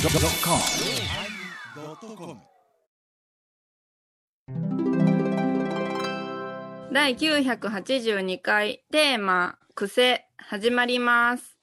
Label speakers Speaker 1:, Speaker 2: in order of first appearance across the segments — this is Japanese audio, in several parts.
Speaker 1: yosmir
Speaker 2: 第982回テーマ「癖」始まります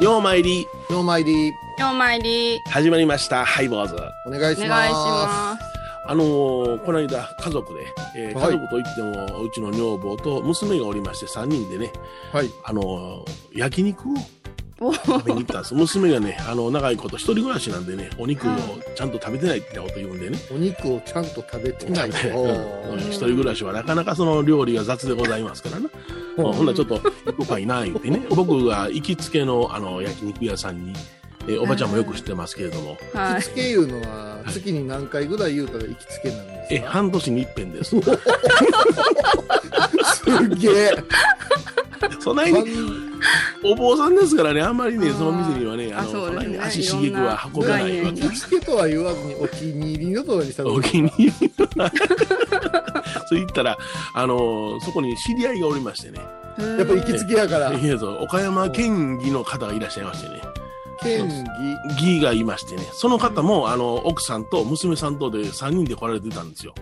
Speaker 3: ようまいり
Speaker 4: 今日参り、
Speaker 2: お参り
Speaker 3: 始まりましたハイボーズ
Speaker 4: お願い
Speaker 2: お
Speaker 4: します。
Speaker 2: 願いします
Speaker 3: あのーこの間家族で、えー
Speaker 4: はい
Speaker 3: 家族といってもうちの女房と娘がおりまして3人でね、
Speaker 4: はい
Speaker 3: あのー焼肉を
Speaker 2: お
Speaker 3: 食べに行ったんです娘がねあの長いこと一人暮らしなんでねお肉をちゃんと食べてないってこと言うん でね、
Speaker 4: お肉をちゃんと食べてないと。
Speaker 3: うん一人暮らしはなかなかその料理が雑でございますからな、うんほんならちょっと行こうかいな言って ね僕が行きつけのあの焼肉屋さんに、えーおばちゃんもよく知ってますけれども、
Speaker 2: は
Speaker 4: 行き
Speaker 2: い
Speaker 4: つけいうのは、月に何回ぐらい言うたら行きつけなん
Speaker 3: え
Speaker 4: ですか
Speaker 3: 半年に一遍です
Speaker 4: すげえ。
Speaker 3: そないにお坊さんですからね、あんまりね、
Speaker 2: あー
Speaker 3: その店にはね、あの、
Speaker 2: あそうですね
Speaker 3: 隣に足しげくは運べないわけ
Speaker 4: 行きつけとは言わずにお気に入りのとこにした
Speaker 3: お
Speaker 4: の。
Speaker 3: 気に入りの。そう言ったら、あの、そこに知り合いがおりましてね、
Speaker 4: やっぱ行きつけやから、
Speaker 3: いやそう岡山県議の方がいらっしゃいましてね、
Speaker 4: 県議。
Speaker 3: 議がいましてね、その方も、あの、奥さんと娘さんとで3人で来られてたんですよ。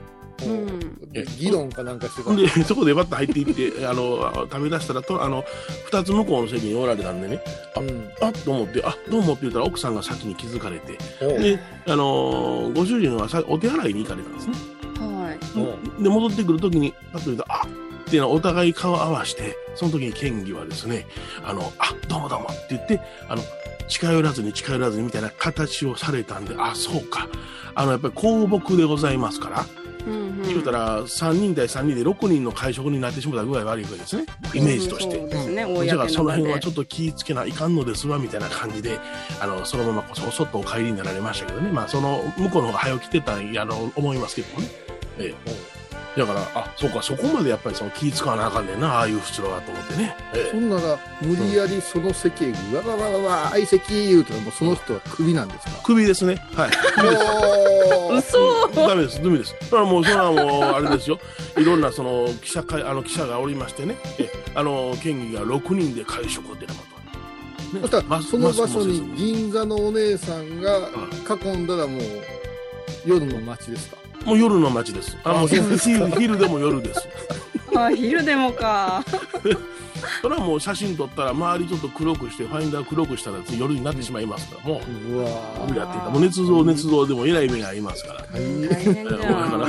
Speaker 2: うん
Speaker 4: 議論かなんかしてた
Speaker 3: ほんで、そこでバッと入っていって、あ の、食べ出したらと、あの、2つ向こうの席におられたんでね、
Speaker 4: うん
Speaker 3: あっと思って、あどうもって言ったら奥さんが先に気づかれて、
Speaker 4: おう
Speaker 3: で、あのーご主人はさお手洗いに行かれたんですね。
Speaker 2: はい
Speaker 3: で、戻ってくるときに、パッと見たら、あっていうのはお互い顔合わせて、その時に県議はですね、あの、あどうもどうもって言って、あの、近寄らずに近寄らずにみたいな形をされたんで、あ、そうか。あの、やっぱり公木でございますから、
Speaker 2: うんうん
Speaker 3: 言うたら3人対3人で6人の会食になってしまった具合悪いわけですね、イメージとして。
Speaker 2: うんそうですね
Speaker 3: じゃあその辺はち
Speaker 2: ょ
Speaker 3: ょっと気ぃつけないかんのですわみたいな感じであのそのままこそこそっとお帰りになられましたけどねまあその向こうの方が早起きてたんやろう思いますけどもね、ええ、だからあそうかそこまでやっぱりその気ぃつかなあかんねんなああいう人はと思ってね、え
Speaker 4: そんなら、無理やりその席へ、うわわわわわ、相席言うたら、もうその人はクビなんですか
Speaker 3: え、首ですねはい 首です
Speaker 4: おー
Speaker 2: 嘘
Speaker 3: ダメです、ダメです。だからもう、それはもう、あれですよ。いろんな、その、記者会、あの、記者がおりましてね。えあの、県議が6人で会食を出たこと。ね
Speaker 4: そしたら
Speaker 3: マス
Speaker 4: その
Speaker 3: マ
Speaker 4: 場
Speaker 3: スクも
Speaker 4: 所
Speaker 3: せず
Speaker 4: に銀座のお姉さんが囲んだらもう夜の街ですか
Speaker 3: もう夜の街です。あ、もう、
Speaker 4: あそうです
Speaker 3: 昼昼でも夜です。
Speaker 2: あ昼でもか
Speaker 3: それはもう、写真撮ったら、周りちょっと黒くして、ファインダー黒くしたら、夜になってしまいますから、もう、
Speaker 4: うわ
Speaker 3: 僕
Speaker 4: ー
Speaker 3: やっていた。もう、捏造、捏造でも、えらい目がありますから。
Speaker 4: 大
Speaker 2: 大
Speaker 4: 変
Speaker 2: 変じ
Speaker 3: だか
Speaker 2: ゃん
Speaker 3: ら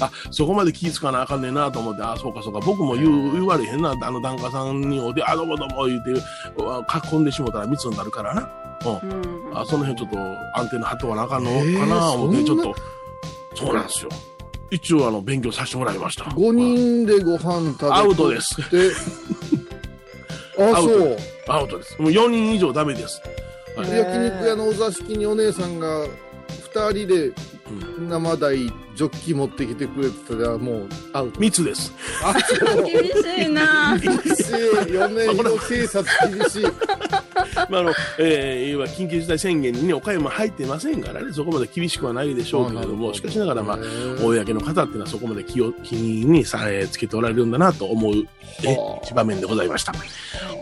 Speaker 3: あそこまで気ぃつかなあかんねんなと思って、あそうかそうか、僕も言う言われへんな、あの檀家さんにおで、あどうもどうも言うて、うわ囲んでしもたら密になるからな、
Speaker 2: うん
Speaker 3: あその辺ちょっとアンテナ張っとかなあかんの
Speaker 4: えー
Speaker 3: かな思って、ち
Speaker 4: そ
Speaker 3: ょ
Speaker 4: ん
Speaker 3: っ
Speaker 4: な
Speaker 3: と、そうなんですよ。一応あの、勉強させてもらいました。
Speaker 4: 5人でご飯食べて
Speaker 3: アウトです。
Speaker 4: あ
Speaker 3: アウト
Speaker 4: そう
Speaker 3: アウトです。もう4人以上ダメです。はい
Speaker 2: ね
Speaker 4: 焼肉屋のお座敷にお姉さんが2人で生鯛ジョッキ持ってきてくれてたらもうアウト
Speaker 3: 密です。
Speaker 4: あそう
Speaker 2: 厳しいな
Speaker 4: 厳しい4年の警察厳しい
Speaker 3: まああの えー、いわゆる緊急事態宣言に、ね、岡山入ってませんからね、そこまで厳しくはないでしょうけれども、しかしながら、まあ、公の方っていうのはそこまで気を気にさえつけておられるんだなと思うえ
Speaker 4: はあ
Speaker 3: 一場面でございました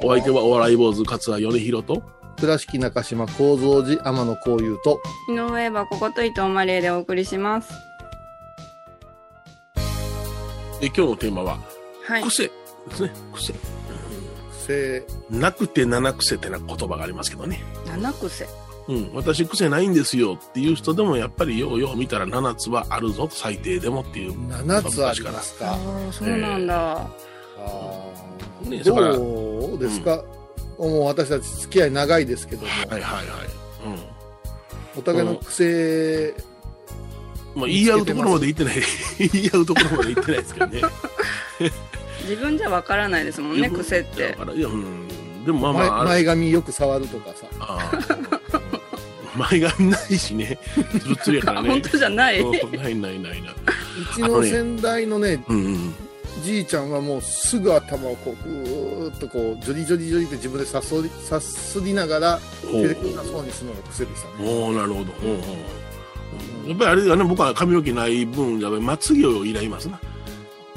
Speaker 3: お相手はお笑い坊主勝谷米広と
Speaker 4: 倉敷中島幸三寺天野幸雄と
Speaker 2: 井上はここと伊藤マレーでお送りします
Speaker 3: で今日のテーマは
Speaker 2: はい
Speaker 3: 癖ですね癖
Speaker 4: せ
Speaker 3: なくて七癖ってな言葉がありますけどね
Speaker 2: 七癖
Speaker 3: うん、私癖ないんですよっていう人でもやっぱりようよう見たら7つはあるぞ最低でもっていう
Speaker 4: 7つあります
Speaker 2: あ
Speaker 4: か
Speaker 2: あそうなんだ
Speaker 4: あー
Speaker 3: ねだから
Speaker 4: どうですか、もう私たち付き合い長いですけども
Speaker 3: はいはいはい、
Speaker 4: お互いの癖、
Speaker 3: うんまあ、言い合うところまで行ってない言い合うところまで行ってないですけ どね
Speaker 2: 自分じゃわからないですもんね癖っ
Speaker 3: だ
Speaker 2: て
Speaker 3: からいやうんでもまあま
Speaker 4: 前
Speaker 3: あある
Speaker 4: 前髪よく触るとかさ
Speaker 3: ああ前髪ないしね、つるっつるやか
Speaker 2: あ
Speaker 3: ら
Speaker 2: 本
Speaker 3: ね。
Speaker 2: 当じゃない
Speaker 3: うんないないないな。
Speaker 4: うちの先代のね
Speaker 3: うんうん。
Speaker 4: じいちゃんはもうすぐ頭をこうぐーっとこうジョリジョリジョリって自分でさっそりさっそりながら
Speaker 3: ほ
Speaker 4: 手
Speaker 3: う
Speaker 4: でこんなそうにするのが癖でしたね
Speaker 3: おおなるほど。ほうほうやっぱりあれだね、僕は髪の毛ない分、やっぱりまつげを依頼ますな。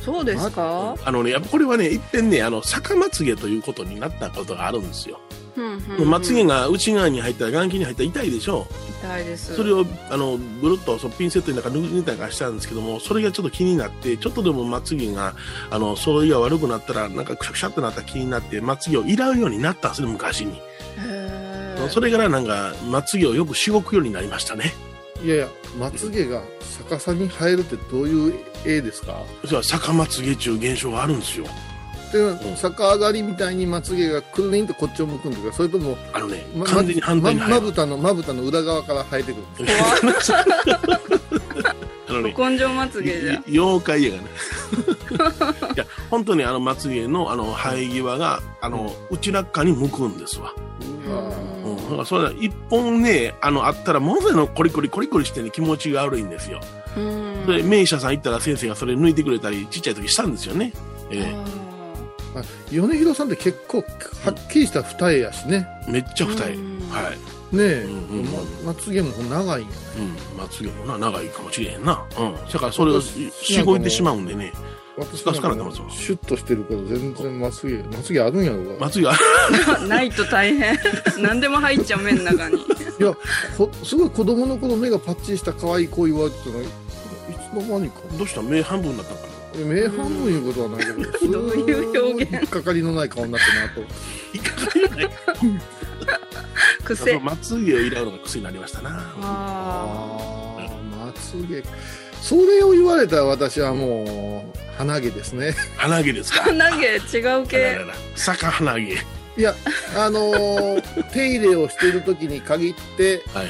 Speaker 2: そうですか
Speaker 3: あのね、やっぱこれはね、いっぺんね、あの、逆まつげということになったことがあるんですよ。
Speaker 2: うんうん
Speaker 3: もうまつげ
Speaker 2: が
Speaker 3: が内側に入ったら、眼球に入ったら痛いでしょ
Speaker 2: 痛いです
Speaker 3: それを、あの、ぐるっとそうピンセットになんか抜いたりなんかしたんですけども、それがちょっと気になって、ちょっとでもまつげが、あの、揃いが悪くなったら、なんかくしゃくしゃってなったら気になって、まつげをいらうようになったんですね、昔に。
Speaker 2: へー
Speaker 3: それからなんか、まつげをよくしごくようになりましたね。
Speaker 4: いやいやまつげが逆さに生えるってどういう絵ですか
Speaker 3: それは逆まつげ中現象があるんですよ。
Speaker 4: っていうの
Speaker 3: うん
Speaker 4: は逆上がりみたいにまつげがくるりんとこっちを向くんですかそれとも
Speaker 3: あのね、
Speaker 4: ま
Speaker 3: 完全に反対に
Speaker 4: ま
Speaker 3: 入
Speaker 4: ま
Speaker 3: る。
Speaker 4: ぶたのまぶたの裏側から生えてくる
Speaker 3: あのね、
Speaker 2: 根性まつげじゃん
Speaker 3: い妖怪やがね。 いや、本当にあのまつげのあの生え際が、あの、内らっかに向くんですわ。
Speaker 4: うわー
Speaker 3: うん。だからそれは一本ね、あの、あったら、ものすごいのコリコリコリコリしてね、気持ちが悪いんですよ。
Speaker 2: うん
Speaker 3: で、名医者さん行ったら先生がそれ抜いてくれたり、ちっちゃい時したんですよね。ええ
Speaker 4: 米広さんって結構はっきりした二重やしね
Speaker 3: めっちゃ二重。
Speaker 2: うん
Speaker 3: はい。
Speaker 4: ねえ、
Speaker 3: うんうん
Speaker 4: ままつげも長いんやね
Speaker 3: うん。まつげもな、長いかもしれへんな。うん。だからそれをししごいてしまうんでね。
Speaker 4: 私
Speaker 3: スカスカなってますよ
Speaker 4: シュッとしてるから全然まつげまつげあるんやろうが、
Speaker 3: まつげある。
Speaker 2: ないと大変何でも入っちゃう目の中に
Speaker 4: いやこすごい子供の頃目がパッチリした可愛い子言われてたのいつの間にか
Speaker 3: どうした目半分になったんかな。
Speaker 4: 名半分いうことはないけど、
Speaker 2: ん どういう表現
Speaker 4: すごい引っかかりのない顔になってなと
Speaker 3: いかないよね。
Speaker 2: 癖
Speaker 3: まつげをいらうのが癖になりましたな。
Speaker 2: あ
Speaker 4: ああまつげそれを言われたら私はもう鼻毛ですね
Speaker 3: 鼻毛です
Speaker 2: あ
Speaker 3: か。
Speaker 2: 鼻毛違う
Speaker 3: あら
Speaker 2: 系
Speaker 3: らら逆鼻毛。はい
Speaker 4: いやあのー手入れをしている時に限って
Speaker 3: はい。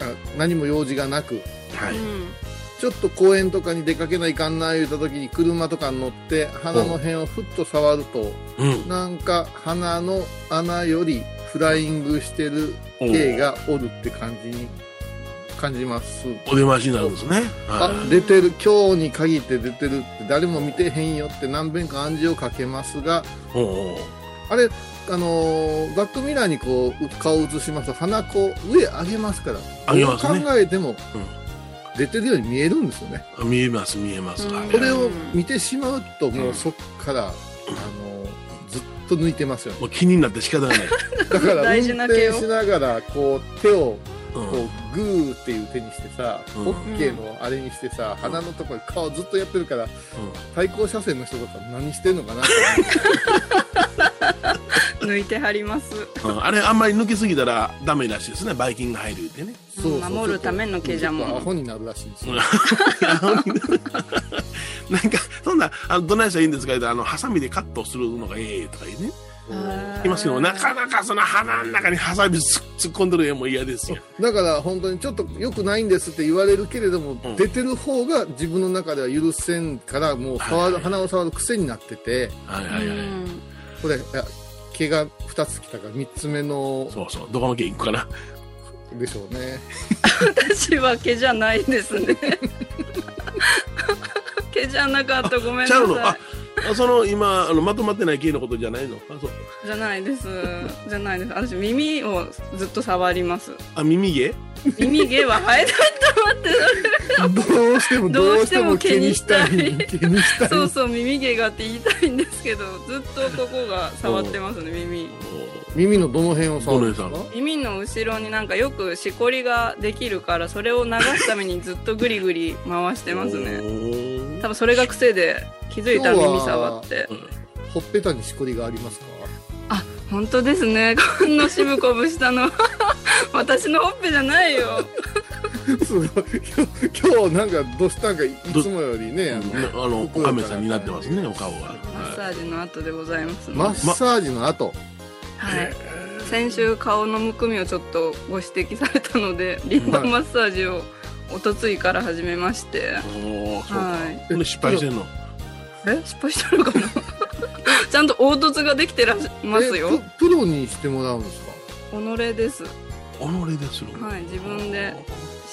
Speaker 4: あ何も用事がなく
Speaker 3: は
Speaker 2: う
Speaker 3: い。
Speaker 2: ん
Speaker 4: ちょっと公園とかに出かけないかんな言うた時に車とかに乗って鼻の辺をふっと触ると
Speaker 3: うん。
Speaker 4: なんか鼻の穴よりフライングしてる
Speaker 3: お
Speaker 4: 毛がおるって感じに感じます
Speaker 3: お出ましになるんですね。
Speaker 4: あ
Speaker 3: は
Speaker 4: 出てる今日に限って出てるって誰も見てへんよって何遍か暗示をかけますが
Speaker 3: い。おお。
Speaker 4: あれあのーバックミラーにこうう顔を映しますと鼻こう上上げますから
Speaker 3: 上げますね
Speaker 4: どう考えても、
Speaker 3: うん
Speaker 4: 出てるように見えるんですよね
Speaker 3: 見えます見えます。
Speaker 2: うん
Speaker 3: はい
Speaker 4: これを見てしまうとも
Speaker 3: う
Speaker 4: うんそっから、あのーずっと抜いてますよね
Speaker 3: もう気になって仕 方がない。
Speaker 4: だから運
Speaker 2: 大事な毛
Speaker 4: 転
Speaker 2: を
Speaker 4: しながらこう手を
Speaker 3: う
Speaker 4: こ
Speaker 3: ん。
Speaker 4: うグーっていう手にしてさ、
Speaker 3: うん
Speaker 4: ホッケーのあれにしてさ、鼻のとこに顔ずっとやってるから対向車線の人とか何してん のかなって
Speaker 2: 抜いてはります
Speaker 3: うんあれあんまり抜けすぎたらダメらしいですね。バイキンが入るってね。
Speaker 4: そうそう
Speaker 2: 守るための毛じゃもん
Speaker 4: ちょっとアホになるらしいんですよ、
Speaker 3: うんなんかそんなあのどないしたらいいんですか言うたらあのハサミでカットするのがええとか言うね。いますけどなかなかその鼻の中にハサミ突っ突っ込んでる絵も嫌ですよ。
Speaker 4: だから本当にちょっと良くないんですって言われるけれども、
Speaker 3: ん
Speaker 4: 出てる方が自分の中では許せんからもう触る、鼻を触る癖になってて
Speaker 3: はいはいはい。
Speaker 2: うん
Speaker 4: これいや毛が2つきたから3つ目の
Speaker 3: そうそう、どこの県行くかな。
Speaker 4: でしょうね
Speaker 2: 私は毛じゃないですね毛じゃなかったごめんな
Speaker 3: ちゃうの
Speaker 2: さ
Speaker 3: あその今あの、まとまってない系のことじゃないのあそ
Speaker 2: い
Speaker 3: う
Speaker 2: じゃないですじゃないです私耳をずっと触ります
Speaker 3: あ耳毛
Speaker 2: 耳毛は生え
Speaker 4: どうしても
Speaker 2: ど
Speaker 4: ど
Speaker 2: う
Speaker 4: う
Speaker 2: し
Speaker 4: してて
Speaker 2: も
Speaker 4: も
Speaker 2: 毛
Speaker 4: 毛
Speaker 2: に
Speaker 4: に
Speaker 2: し
Speaker 4: したた
Speaker 2: い
Speaker 4: い毛にし
Speaker 2: た
Speaker 4: た い
Speaker 2: そうそう耳毛がって言いたいんです けどずっとここが触ってますね耳
Speaker 4: 耳のどの辺を触るんです
Speaker 3: どの
Speaker 4: か
Speaker 2: 耳の後ろになんかよくしこりができるからそれを流すためにずっとグリグリ回してますね
Speaker 3: ね
Speaker 2: 多分それが癖で気づいたら耳触って
Speaker 4: ほっぺたにしこりがありますか
Speaker 2: 本当ですねこんな渋こぶした の私のほっぺじゃないよ
Speaker 4: すごい今日今日なんかどうしたんかいつもよりねあの
Speaker 3: あの、おかめさんになってますね、お顔が。
Speaker 2: マッサ
Speaker 3: は
Speaker 2: ージの後でございますね、
Speaker 4: マッサージの後、
Speaker 2: はい、先週顔のむくみをちょっとご指摘されたのでリンパマッサージをおとついから始めまして、
Speaker 3: いおーそうか。
Speaker 2: はい、
Speaker 3: ほんで失敗してんの。
Speaker 2: え失敗したのかなちゃんと凹凸ができてらっしゃいますよ
Speaker 4: えププロにしてもらうんですか
Speaker 2: 己です
Speaker 3: 己でするの。
Speaker 2: はい自分で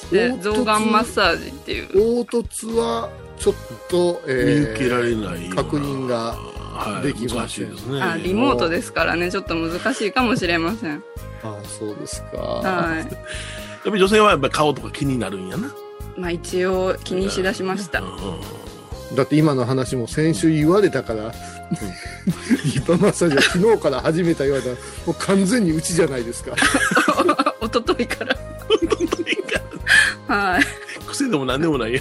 Speaker 2: して
Speaker 4: 凹凸
Speaker 2: 臓眼マッサージっていう
Speaker 4: 凹凸はちょっと、えー
Speaker 3: 見受けられないような。
Speaker 4: 確認が
Speaker 3: はい、
Speaker 4: できません
Speaker 3: 難しいですね。
Speaker 2: あリモートですからねちょっと難しいかもしれません
Speaker 4: ああそうですか、
Speaker 2: はい
Speaker 3: やっぱり女性はやっぱり顔とか気になるんやな。
Speaker 2: まあ一応気にしだしました
Speaker 3: うんうんうん
Speaker 4: だって今の話も先週言われたから、リッパマッサージは昨日から始めたようなもう完全にうちじゃないですか
Speaker 2: おとといから
Speaker 3: 本当に
Speaker 2: はい
Speaker 3: 癖でも何でもないや。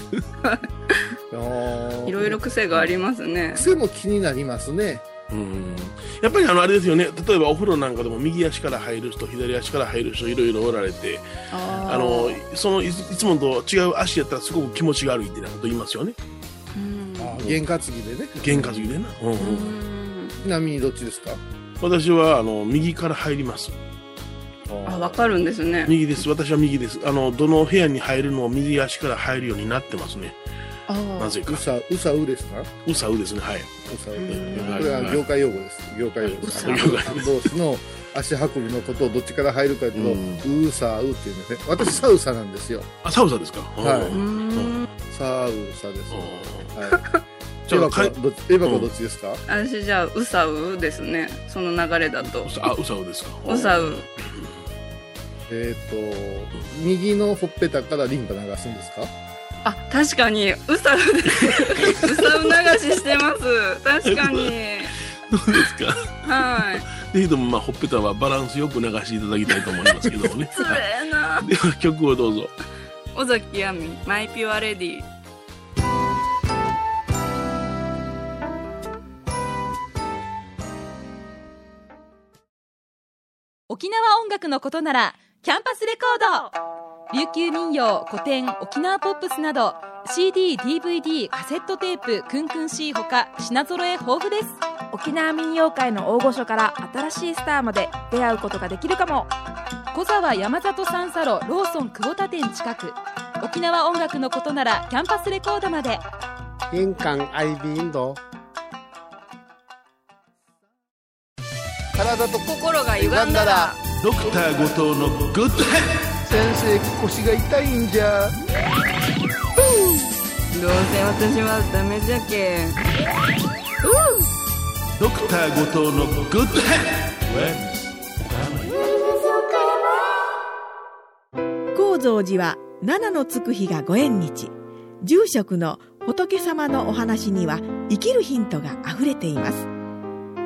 Speaker 4: い
Speaker 2: いろいろ癖がありますね
Speaker 4: 癖も気になりますね
Speaker 3: うんやっぱりあのあれですよね、例えばお風呂なんかでも右足から入る人、左足から入る人、いろいろおられて、
Speaker 2: あ
Speaker 3: あのそのいついつもと違う足やったら、すごく気持ちが悪いってなこと言いますよね、
Speaker 2: うん
Speaker 4: 験担ぎでね
Speaker 3: 験担ぎでな、うんうん
Speaker 2: うん
Speaker 4: ちなみにどっちですか
Speaker 3: 私はあの右から入ります、
Speaker 2: あ分かるんですね
Speaker 3: 右です、私は右です、あのどの部屋に入るのを右足から入るようになってますね、
Speaker 2: あー
Speaker 3: なぜか
Speaker 4: う、さうさうですかう
Speaker 3: うさうですね、はい、
Speaker 4: さう
Speaker 2: うん
Speaker 4: これは業界用語です業界用語です
Speaker 2: う
Speaker 3: さう
Speaker 4: 同士の足運びのことをどっちから入るかというと、うさうっていうんですね私サウサなんですよ
Speaker 3: あサウサですか、
Speaker 4: はいう
Speaker 2: う
Speaker 3: うん
Speaker 2: ん
Speaker 4: サウサです、はい
Speaker 3: ちょっとか
Speaker 4: エ
Speaker 3: い
Speaker 4: バコどっちエバコどっちですか、
Speaker 2: 私じゃあうさうですねその流れだと
Speaker 3: うさあうさうですか、
Speaker 2: うさう
Speaker 4: えっ、と、右のほっぺたからリンパ流すんですか
Speaker 2: あ確かにうさうですうさう流ししてます確かに
Speaker 3: どうですか、
Speaker 2: はい
Speaker 3: ぜひともまあほっぺたはバランスよく流していただきたいと思いますけどもね。
Speaker 2: つれえな
Speaker 3: では曲をどうぞ。
Speaker 2: 尾崎亜美マイピュアレディ
Speaker 1: 沖縄音楽のことならキャンパスレコード琉球民謡古典沖縄ポップスなど CDDVD カセットテープクンクン C ほか品揃え豊富です
Speaker 5: 沖縄民謡界の大御所から新しいスターまで出会うことができるかも
Speaker 1: 小沢山里三佐路ローソン久保田店近く沖縄音楽のことならキャンパスレコードまで
Speaker 6: 香港爱民族。
Speaker 4: 体と
Speaker 2: 心が歪
Speaker 4: んだら
Speaker 3: ドクター後藤のグッドヘ
Speaker 4: 先生腰が痛いんじゃ
Speaker 2: どうせ私はダメじゃけ
Speaker 3: ドドクター後藤のグッドヘ
Speaker 7: 高蔵寺は七のつく日がご縁日住職の仏様のお話には生きるヒントがあふれています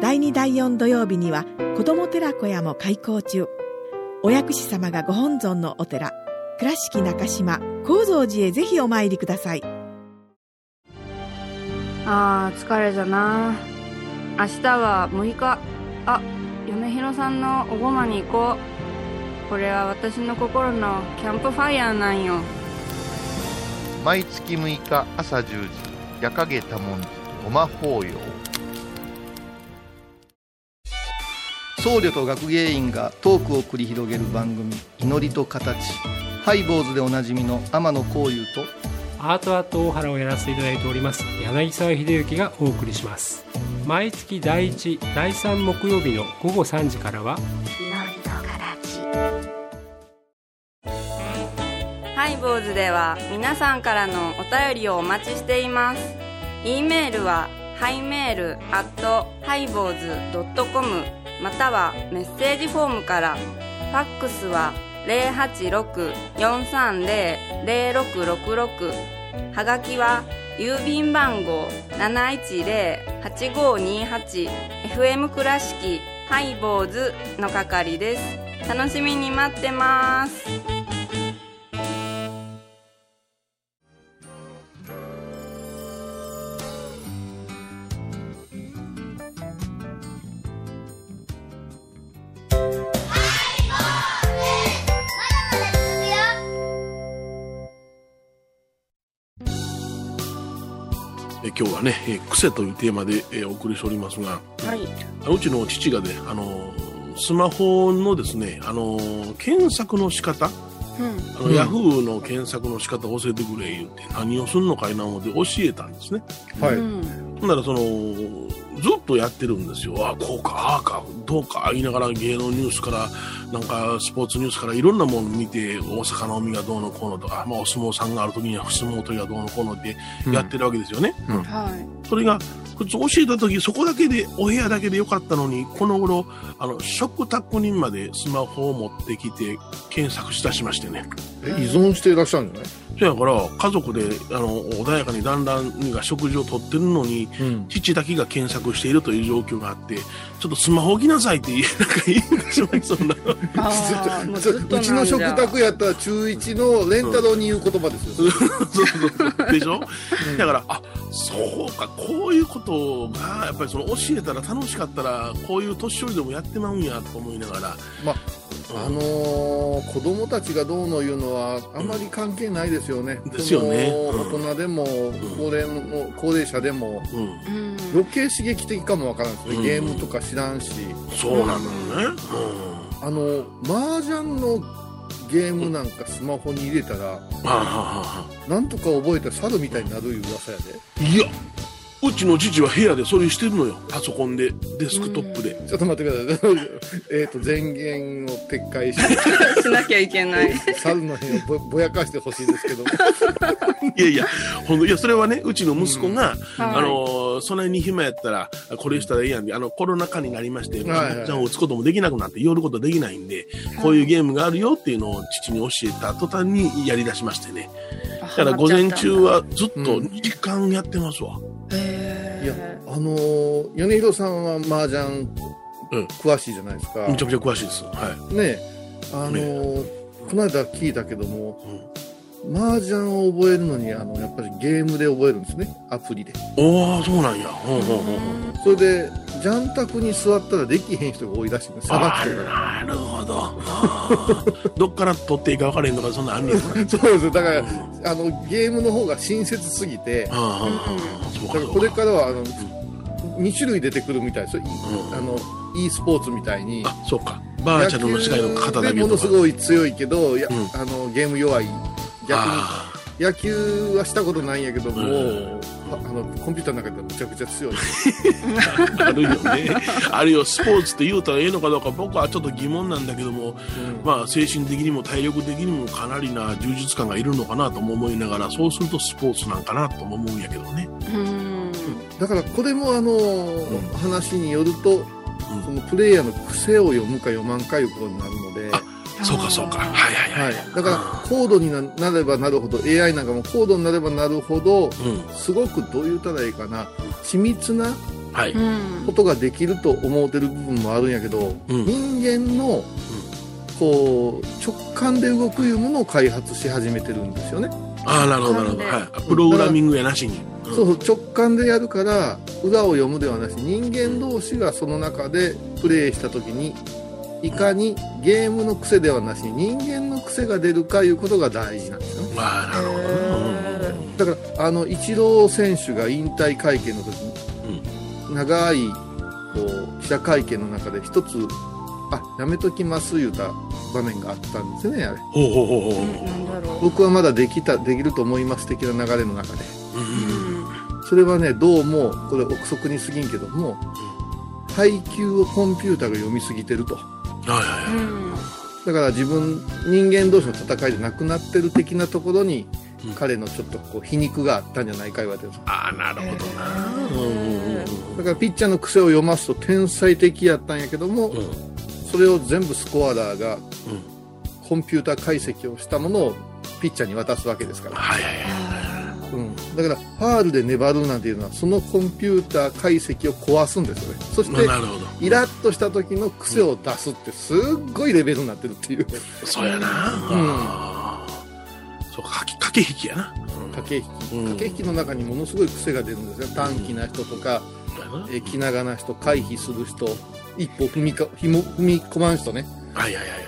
Speaker 7: 第2第4土曜日には子ども寺小屋も開校中お薬師様がご本尊のお寺倉敷中島・高蔵寺へぜひお参りください
Speaker 2: あー疲れじゃな明日は6日あ嫁ひろさんのおごまに行こうこれは私の心のキャンプファイヤーなんよ
Speaker 8: 毎月6日朝10時夜影多聞寺ごま法要
Speaker 9: 僧侶と学芸員がトークを繰り広げる番組「祈りと形」ハイボーズでおなじみの天野幸雄と
Speaker 10: アートアート大原をやらせていただいております柳沢秀幸がお送りします毎月第1第3木曜日の午後3時からは
Speaker 2: ハイボーズでは皆さんからのお便りをお待ちしています。e メールはハイメールアットハイボーズドットコムまたはメッセージフォームから。ファックスは086-430-0666はがきは郵便番号710-8528 FM 倉敷ハイボーズの係です。楽しみに待ってます。
Speaker 3: え今日はね、えー癖というテーマで、えーお送りしておりますが、
Speaker 2: はい。
Speaker 3: あのうちの父がね、あのースマホのですね、あのー検索の仕方、あの、
Speaker 4: うん
Speaker 3: ヤフーの検索の仕方を教えてくれ言って、何をするのかいな思って教えたんですね。
Speaker 4: はい、
Speaker 3: ほんならそのずっとやってるんですよ、あこうか、ああか、どうか言いながら芸能ニュースから、なんかスポーツニュースからいろんなもの見て、大阪の海がどうのこうのとか、まあ、お相撲さんがある時には相撲取りがどうのこうのってやってるわけですよね。
Speaker 2: はい。
Speaker 3: それが普通教えた時、そこだけで、お部屋だけでよかったのに、この頃、あの、食卓にまでスマホを持ってきて、検索したしましてね。
Speaker 4: え依存していらっしゃるんじゃない
Speaker 3: そやから、家族で、あの、穏やかにだんだんが食事をとってるのに、父だけが検索しているという状況があって、ちょっとスマホ置きなさいって 言え、なんか言い出しまいそうな。
Speaker 2: もう
Speaker 4: そ
Speaker 2: ず
Speaker 4: う
Speaker 2: っと
Speaker 4: うち
Speaker 2: な
Speaker 4: の
Speaker 2: んじ
Speaker 4: 食
Speaker 2: ゃ
Speaker 4: 卓やったら中1のレンタロに言う言葉ですよ。
Speaker 3: そうそうそうでしょ、だからあそうかこういうことがやっぱりその教えたら楽しかったらこういう年寄りでもやってまうんやと思いながら
Speaker 4: まあ、あのー子供たちがどうのいうのはあまり関係ないですよね。
Speaker 3: ですよね
Speaker 4: その
Speaker 3: うん
Speaker 4: 大人でも、高齢の高齢者でも、
Speaker 2: うん
Speaker 4: 余計刺激的かもわからんですね、
Speaker 3: うん
Speaker 4: ゲームとか知らんし。
Speaker 3: そうなのね、
Speaker 4: あの麻雀のゲームなんかスマホに入れたら、
Speaker 3: うん、はあはあは
Speaker 4: なんとか覚えたら猿みたいになるいう噂やで。
Speaker 3: あいやうちの父は部屋でそれしてるのよパソコンでデスクトップで、
Speaker 4: ちょっと待ってください。 えっと、前言を撤回して、
Speaker 2: しなきゃいけない。
Speaker 4: 猿の辺をぼぼやかしてほしいですけど。
Speaker 3: いやいや、ほんと、いや、それはね、うちの息子が、
Speaker 2: はい
Speaker 3: あのー、そんなに暇やったら、これしたらええやんで、あの、コロナ禍になりまして、
Speaker 4: はいはい
Speaker 3: じゃんを打つこともできなくなって、寄ることできないんで、こういうゲームがあるよっていうのを父に教えた途端にやり出しましてね。だから午前中はずっと
Speaker 4: うん
Speaker 3: 2時間やってますわ。
Speaker 4: いや、あのー、米広さんは麻雀
Speaker 3: うん
Speaker 4: 詳しいじゃないですか。
Speaker 3: めちゃくちゃ詳しいです。は
Speaker 4: ねえあのーこの間聞いたけども、麻雀を覚えるのに、あの、やっぱりゲームで覚えるんですね、アプリで。
Speaker 3: い。おー、そうなんや。ほうほうほうほう。
Speaker 4: それで、ジャン卓に座ったらできへん人が多いらしいんです。さば
Speaker 3: あ
Speaker 4: きとか
Speaker 3: なるほど。あーどっから取っていいか分からへんとか、そんなんあんねんから。
Speaker 4: そうですよだか
Speaker 3: うん
Speaker 4: ら、あの、ゲームの方が親切すぎて、
Speaker 3: あーあーあー、そう
Speaker 4: だ
Speaker 3: か
Speaker 4: から
Speaker 3: そう
Speaker 4: こ
Speaker 3: か
Speaker 4: れ。からは、あの、2種類出てくるみたいですよ。あの、e スポーツみたいに。
Speaker 3: あ、そうか。バーチャルの世界の方だ
Speaker 4: 野球
Speaker 3: け
Speaker 4: でも
Speaker 3: と
Speaker 4: の
Speaker 3: か
Speaker 4: す。ごい強いけど、いや
Speaker 3: うん
Speaker 4: あのゲーム弱い逆に
Speaker 3: あー
Speaker 4: 野球はしたことないんやけども、
Speaker 3: うん
Speaker 4: あのコンピューターの中ではむちゃくちゃ強い
Speaker 3: あるよね。あるよ、スポーツって言うたらええのかどうか、僕はちょっと疑問なんだけども、まあ、精神的にも体力的にもかなりな充実感がいるのかなとも思いながら、そうするとスポーツなんかなとも思うんやけどね。
Speaker 2: うん。
Speaker 4: だからこれもあの、
Speaker 3: ん
Speaker 4: 話によると、そのプレイヤーの癖を読むか読まんかいうことになるので、
Speaker 3: そうか、そうか。はいはいはい。
Speaker 4: はい、だから高度にななればなるほど AI なんかも高度になればなるほ
Speaker 3: う
Speaker 4: ど
Speaker 3: ん。
Speaker 4: すごくどう言ったらいいかな緻密な
Speaker 3: はい。う。
Speaker 2: うんん。
Speaker 4: ことができると思うてる部分もあるんやけど、
Speaker 3: うん
Speaker 4: 人間の、こう直感で動くいうものを開発し始めてるんですよね、
Speaker 3: ああ、なるほど、なるほど。はい。プログラミングやなしに。うん
Speaker 4: そうそう直感でやるから裏を読むではなし人間同士がその中でプレイした時にいかにゲームの癖ではなし人間の癖が出るかいうことが大事なんですよね
Speaker 3: まあ、なるほどね
Speaker 4: だからあのイチロー選手が引退会見の時に、長いこう記者会見の中で一つあやめときます言うた場面があったんですよねあ
Speaker 3: う
Speaker 4: れ
Speaker 3: ん。ほうほうほうほう。
Speaker 2: なんだろ
Speaker 4: 僕はまだできたできると思います的な流れの中で
Speaker 3: うん
Speaker 2: う。
Speaker 3: うん
Speaker 2: うん
Speaker 4: それはねどうもこれ憶測に過ぎんけども配球をコンピューターが読みすぎてると
Speaker 3: はいはいはい。
Speaker 4: だから自分人間同士の戦いでなくなってる的なところに、
Speaker 3: うん
Speaker 4: 彼のちょっとこう皮肉があったんじゃないか言われてるんです
Speaker 3: ああ、なるほどな。うんうんうんうん
Speaker 4: だからピッチャーの癖を読ますと天才的やったんやけども、
Speaker 3: うん。
Speaker 4: それを全部スコアラーがコンピューター解析をしたものをピッチャーに渡すわけですから、
Speaker 3: はいはいはい。
Speaker 4: うん、だからファールで粘るなんていうのはそのコンピューター解析を壊すんですよねそして
Speaker 3: なるほど。
Speaker 4: イラッとした時の癖を出すってすっごいレベルになってるっていう
Speaker 3: そうやな。あーそうか、駆け引きやな。
Speaker 4: 駆け引き、
Speaker 3: うん
Speaker 4: 駆け引きの中にものすごい癖が出るんですよ短気な人とか、え気長な人回避する人一歩踏みか踏み踏み込まん人ね
Speaker 3: はいはいはい。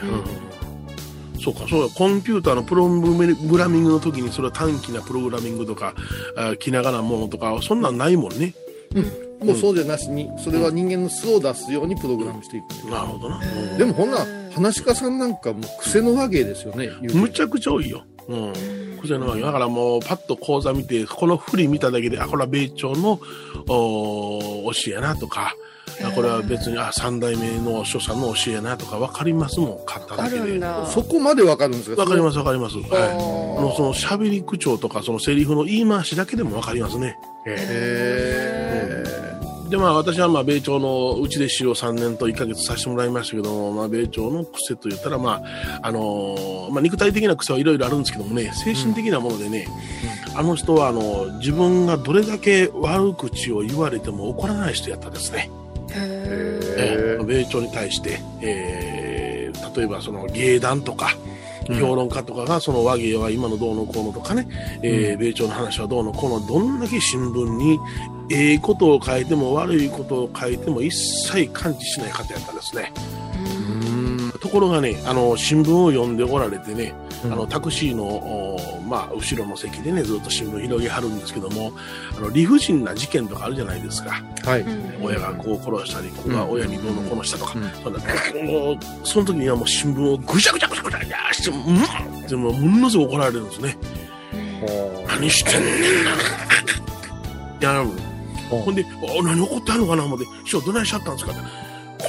Speaker 3: そうか、そうや。コンピューターのプログラミングの時に、それは短期なプログラミングとか、あー気長なものとか、そんなんないもんね。
Speaker 4: もうそうじゃなしにそれは人間の素を出すようにプログラムしていく、
Speaker 3: なるほどな。
Speaker 4: でもほんな話し家さんなんかもう癖の話芸ですよね言うて
Speaker 3: むちゃくちゃ多いよ。うん。こちらのだからもう、パッと講座見て、この振り見ただけで、あ、これは米朝の、おー教えやなとか、あこれは別に、あ、三代目の著者の教えやなとか、わかりますもん、買った
Speaker 2: あ
Speaker 3: だけ
Speaker 2: る
Speaker 3: で
Speaker 2: ん。だ。
Speaker 4: そこまでわかるんですか
Speaker 3: わかりますすわかります。はい。あのその喋り口調とかそのセリフの言い回しだけでもわかりますね。え
Speaker 4: へえ
Speaker 3: でまあ、私はまあ米朝のうちで使用3年と1ヶ月させてもらいましたけども、まあ、米朝の癖といったら、まああのーまあ、肉体的な癖はいろいろあるんですけどもね精神的なものでね、あの人はあの自分がどれだけ悪口を言われても怒らない人やったですね。えー米朝に対して、えー例えばその芸団とか評論家とかがその和芸は今のどうのこうのとかね、えー米朝の話はどうのこうのどんだけ新聞にええことを書いても悪いことを書いても一切感知しない方やったんですね。ところがねあの新聞を読んでおられてね、あのタクシーの、おまあ、後ろの席でねずっと新聞広げはるんですけどもあの理不尽な事件とかあるじゃないですか、
Speaker 4: はい
Speaker 3: 親がこう殺したりここ
Speaker 4: う
Speaker 3: が
Speaker 4: ん
Speaker 3: 親にどうのこうのしたとか、そんなもうその時にはもう新聞をぐちゃぐちゃぐちゃぐちゃぐちゃしてうんってもうものすごい怒られるんですね。何してんねんなってなるほんで「あ何怒ってはるのかな?」思って「師匠どないしちゃったんですか?」って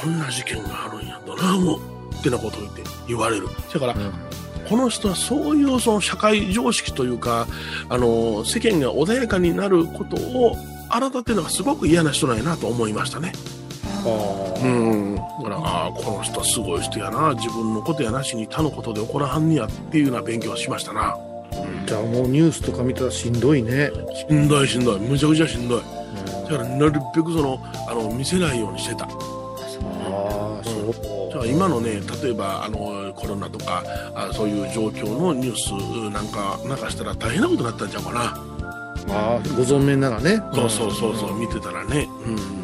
Speaker 3: 「こんな事件があるんやんだなもう」ってなことを言って言われるだから、この人はそういうその社会常識というかあの世間が穏やかになることを改めてのがすごく嫌な人なんやなと思いましたね。うん、だからああこの人はすごい人やな自分のことやなしに他のことで怒らはんねやっていうような勉強をしましたな
Speaker 4: じゃあもうニュースとか見たらしんどいね
Speaker 3: しんどいしんどいむちゃくちゃしんどいだからなるべくそのあの見せないようにしてた
Speaker 4: ああそう
Speaker 3: じゃあ今のね例えばあのコロナとかあそういう状況のニュースなんかなんかしたら大変なことになったんちゃうかな、
Speaker 4: あーご存命ならね
Speaker 3: そうそうそうそう見てたらねうん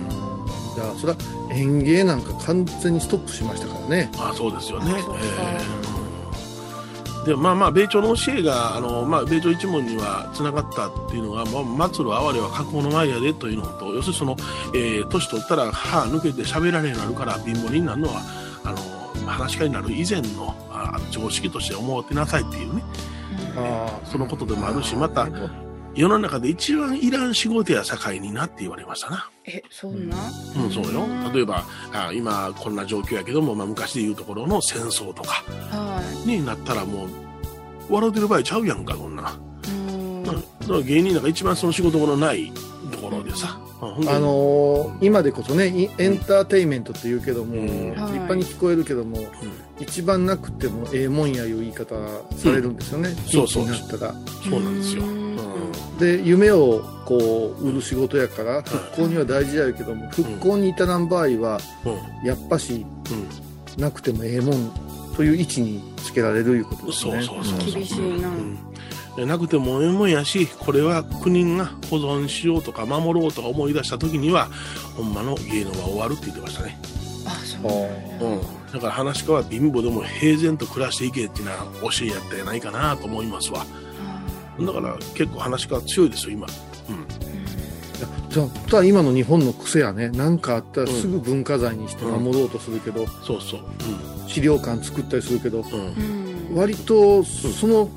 Speaker 4: じゃあそれは園芸なんか完全にストップしましたからね
Speaker 3: あそうですよね。ええでまあまあ米朝の教えがあの、まあ、米朝一門にはつながったっていうのが「まあ、末路哀れは覚悟の前やで」というのと要するにその、えー年取ったら歯抜けて喋られへんようになるから貧乏になるのはあの話し家になる以前のあ常識として思ってなさいっていうね、
Speaker 4: あ
Speaker 3: そのことでもあるしまた世の中で一番いらん仕事や社会になって言われましたな。
Speaker 2: えそんな
Speaker 3: うん、そうよ例えばあ今こんな状況やけども、まあ、昔で言うところの戦争とか
Speaker 2: は
Speaker 3: になったらもう笑うてる場合ちゃうやんかこんな、うん、だから芸人なんか一番その仕事ものないところでさ、うんほんで
Speaker 4: あのー今でこそねいエンターテインメントって言うけども、立派に聞こえるけども、一番なくてもええもんやいう言い方されるんですよね、
Speaker 3: そうそう
Speaker 4: ピンチになったら
Speaker 3: そうなんですよ、うん
Speaker 4: で夢をこう売る仕事やから復興には大事やけども、復興に至らん場合は、やっぱし、なくてもええもんという位置につけられるいうことですね
Speaker 3: そうそうそうそう厳し
Speaker 2: いな、
Speaker 3: でなくてもええもんやしこれは国が保存しようとか守ろうとか思い出した時にはほんまの芸能は終わるって言ってましたねうん、だから話し家は貧乏でも平然と暮らしていけっていうのは教えやったんやないかなと思いますわだから結構話し家は強いですよ今
Speaker 4: じゃあただ今の日本の癖やね何かあったらすぐ文化財にして守ろうとするけど、
Speaker 3: そうそう、
Speaker 4: 資料館作ったりするけど、割とその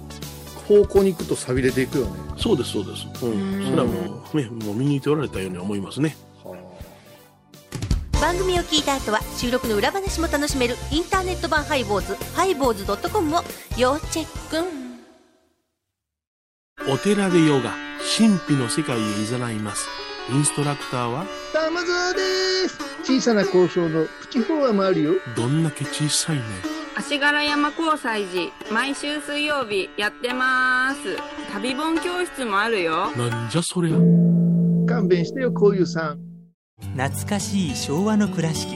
Speaker 4: 方向に行くとさびれていくよね
Speaker 3: そうですそうです、うん、それはもう,、ね、もう見に行っておられたように思いますね
Speaker 11: 番組を聞いた後は収録の裏話も楽しめるインターネット版ハイボーズハイボーズ .com を要チェック
Speaker 3: お寺でヨガ神秘の世界へ誘いますインストラクターは
Speaker 12: 玉沢です小さな交渉のプチフォアもあるよ
Speaker 3: どんだけ小さいね
Speaker 2: 足柄山交際時毎週水曜日やってます旅本教室もあるよ
Speaker 3: なんじゃそりゃ
Speaker 12: 勘弁してよこういうさん
Speaker 13: 懐かしい昭和の倉敷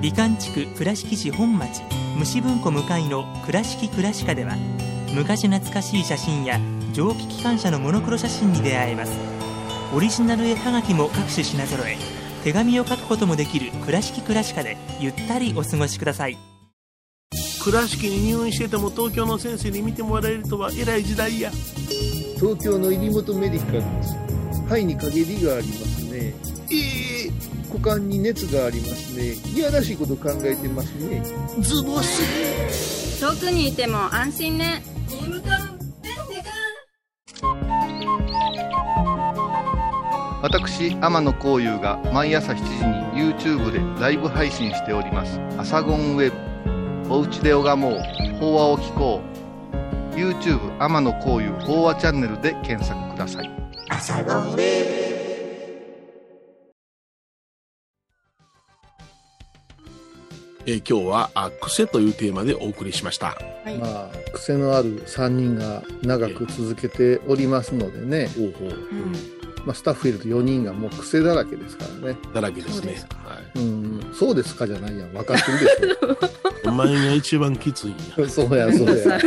Speaker 13: 美観地区倉敷市本町虫文庫向かいの「倉敷倉歯科」では昔懐かしい写真や蒸気機関車のモノクロ写真に出会えますオリジナル絵はがきも各種品揃え手紙を書くこともできる「倉敷倉歯科」でゆったりお過ごしください
Speaker 3: 倉敷に入院してても東京の先生に見てもらえるとは偉い時代や
Speaker 12: 東京の入元メディカルです肺に陰りがありますねええ股間に熱がありますねいやらしいこと考えてますねズボス
Speaker 2: 遠くにいても安心ね
Speaker 8: 私天野幸雄が毎朝7時に YouTube でライブ配信しております「アサゴンウェブ」「おうちで拝もう法話を聞こう」YouTube 天野幸雄法話チャンネルで検索ください
Speaker 3: えー今日はあ「癖」というテーマでお送りしました。
Speaker 4: まあ、癖のある3人が長く続けておりますのでね、まあ、スタッフいると4人がもう癖だらけですからね。
Speaker 3: だらけですね。
Speaker 4: うん、そうですかじゃないやん、分かってるで
Speaker 3: お前が一番きついんや。
Speaker 4: し ょ。そうや、そうや。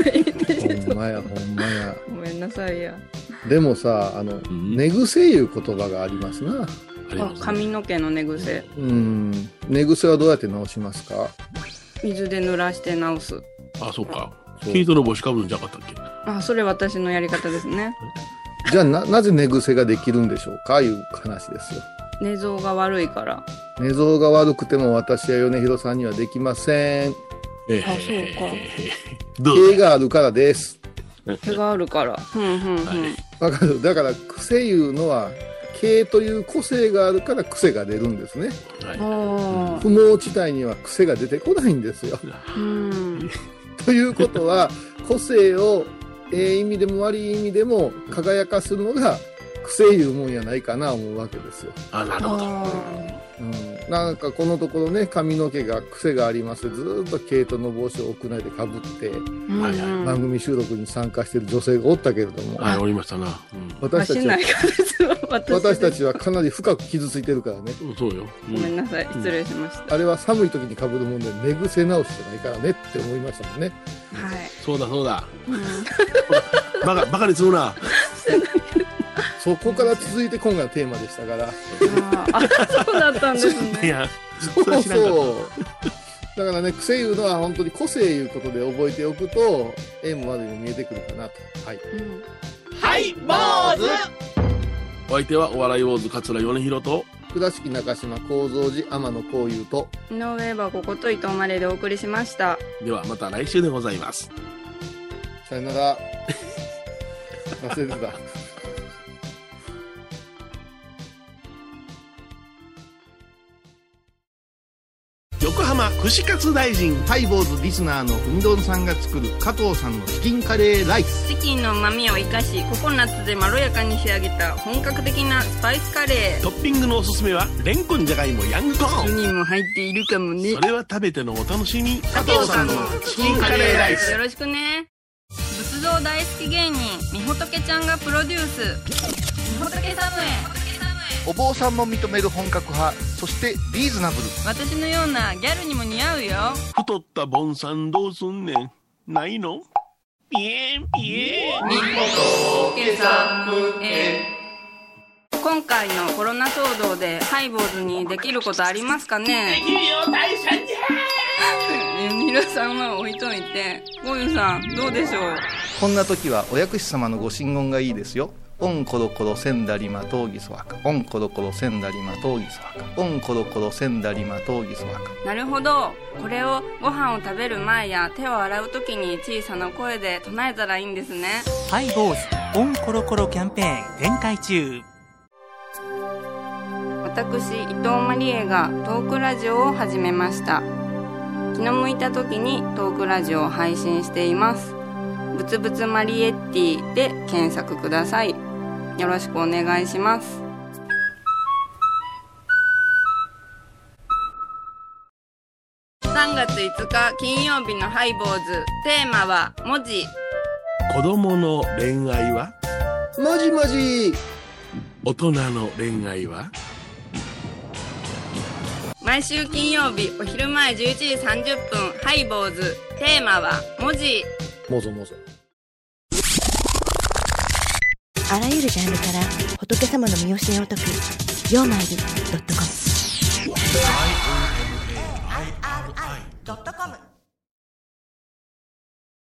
Speaker 4: ほんまや、ほんまや。
Speaker 2: ごめんなさいや。
Speaker 4: でもさ、あの、寝癖いう言葉がありますな。
Speaker 2: あ髪の毛の寝癖、
Speaker 4: うん、寝癖はどうやって直しますか
Speaker 2: 水で濡らして直す。
Speaker 3: あ、そうか。毛糸の帽子かぶるんじゃなかったっけ
Speaker 2: あ、それ私のやり方ですね。
Speaker 4: じゃあな、なぜ寝癖ができるんでしょうかいう話ですよ。
Speaker 2: 寝相が悪いから。
Speaker 4: 寝相が悪くても私や米広さんにはできません。
Speaker 3: え
Speaker 2: あ、そう
Speaker 4: 毛があるからです。
Speaker 2: か。毛があるから。ふんふんふん。
Speaker 4: わかる。だから、癖いうのは、毛という個性があるから癖が出るんですね。
Speaker 2: あ
Speaker 4: 不毛地帯には癖が出てこないんですよ。
Speaker 2: あ。うん。
Speaker 4: ということは、個性を、ええ意味でも悪い意味でも輝かすのが癖いうもんやないかな思うわけですよ。
Speaker 3: あ、なるほど。
Speaker 4: うんなんかこのところね髪の毛が癖がありましてずーっと毛糸の帽子を屋内でかぶって、
Speaker 3: はいはい
Speaker 4: 番組収録に参加している女性がおったけれども、
Speaker 3: はい、おりましたな。うん
Speaker 4: 私たち
Speaker 2: ま
Speaker 4: は
Speaker 2: あしないか私
Speaker 4: 私たちはかなり深く傷ついてるからね
Speaker 3: そうよ、
Speaker 2: ごめんなさい。失礼しました。
Speaker 4: あれは寒い時にかぶるもんで寝癖直しじゃないからねって思いましたもんね
Speaker 3: そうだそうだ。バカ、バカにするな。
Speaker 4: そこから続いて今回のテーマでしたから
Speaker 2: あ、そうだったんですね。
Speaker 3: いや、
Speaker 4: そう
Speaker 3: それ知らんかった
Speaker 4: そうだからね癖いうのは本当に個性いうことで覚えておくと縁も悪いも見えてくるかなとはい、
Speaker 14: はい、坊主
Speaker 3: お相手はお笑い坊主桂米広と。
Speaker 4: 倉敷中島幸三寺天野幸雄と
Speaker 2: 井上はここと伊藤まれでお送りしました。
Speaker 3: ではまた来週でございます。
Speaker 4: さよなら 忘れてた
Speaker 3: 横浜串カツ大臣
Speaker 9: ハイボーズリスナーのうみどんさんが作る加藤さんのチキンカレーライス
Speaker 2: チキンの旨味を生かし、ココナッツでまろやかに仕上げた本格的なスパイスカレ
Speaker 3: トッピングのおすすめはレンコンじゃがいもヤングコーン。
Speaker 2: ー。にも入っているかもね
Speaker 3: そ。れは食べてのお楽しみ。加
Speaker 2: 藤さんの
Speaker 3: チ
Speaker 2: よろしくね。仏像大好き芸人、みほとけちゃんがプロデュース。みほとけサムへ。
Speaker 8: お坊さんも認める本格派そしてリーズナブル
Speaker 2: 私のようなギャルにも似合うよ。
Speaker 3: 太ったボンさんどうすんねん。ないのピエンピエン。
Speaker 2: 今回のコロナ騒動でハイボーズにできることありますかね ユニロさんは置いといてゴユさんどうでしょう
Speaker 9: こんな時はお薬師様のご神言がいいですよ。オンコロコロセンダリマトーギソワカ。オンコロコロセンダリマトーギソワカ。オンコロコロセンダリマトーギソワカ。
Speaker 2: なるほどこれをご飯を食べる前や手を洗う時に小さな声で唱えたらいいんですね
Speaker 13: ハイボーズオンコロコロキャンペーン展開中
Speaker 2: 私伊藤マリエがトークラジオを始めました気の向いた時にトークラジオを配信していますぶつぶつマリエッティで検索くださいよろしくお願いします3月5日金曜日のハイボーズテーマは文字
Speaker 3: 子供の恋愛は
Speaker 4: マジマジ
Speaker 3: 大人の恋愛は
Speaker 2: 毎週金曜日お昼前11時30分ハイボーズテーマは文字
Speaker 4: もぞもぞ
Speaker 15: あらゆるジャンルから仏様の身教えを解く「曜マイルドットコム」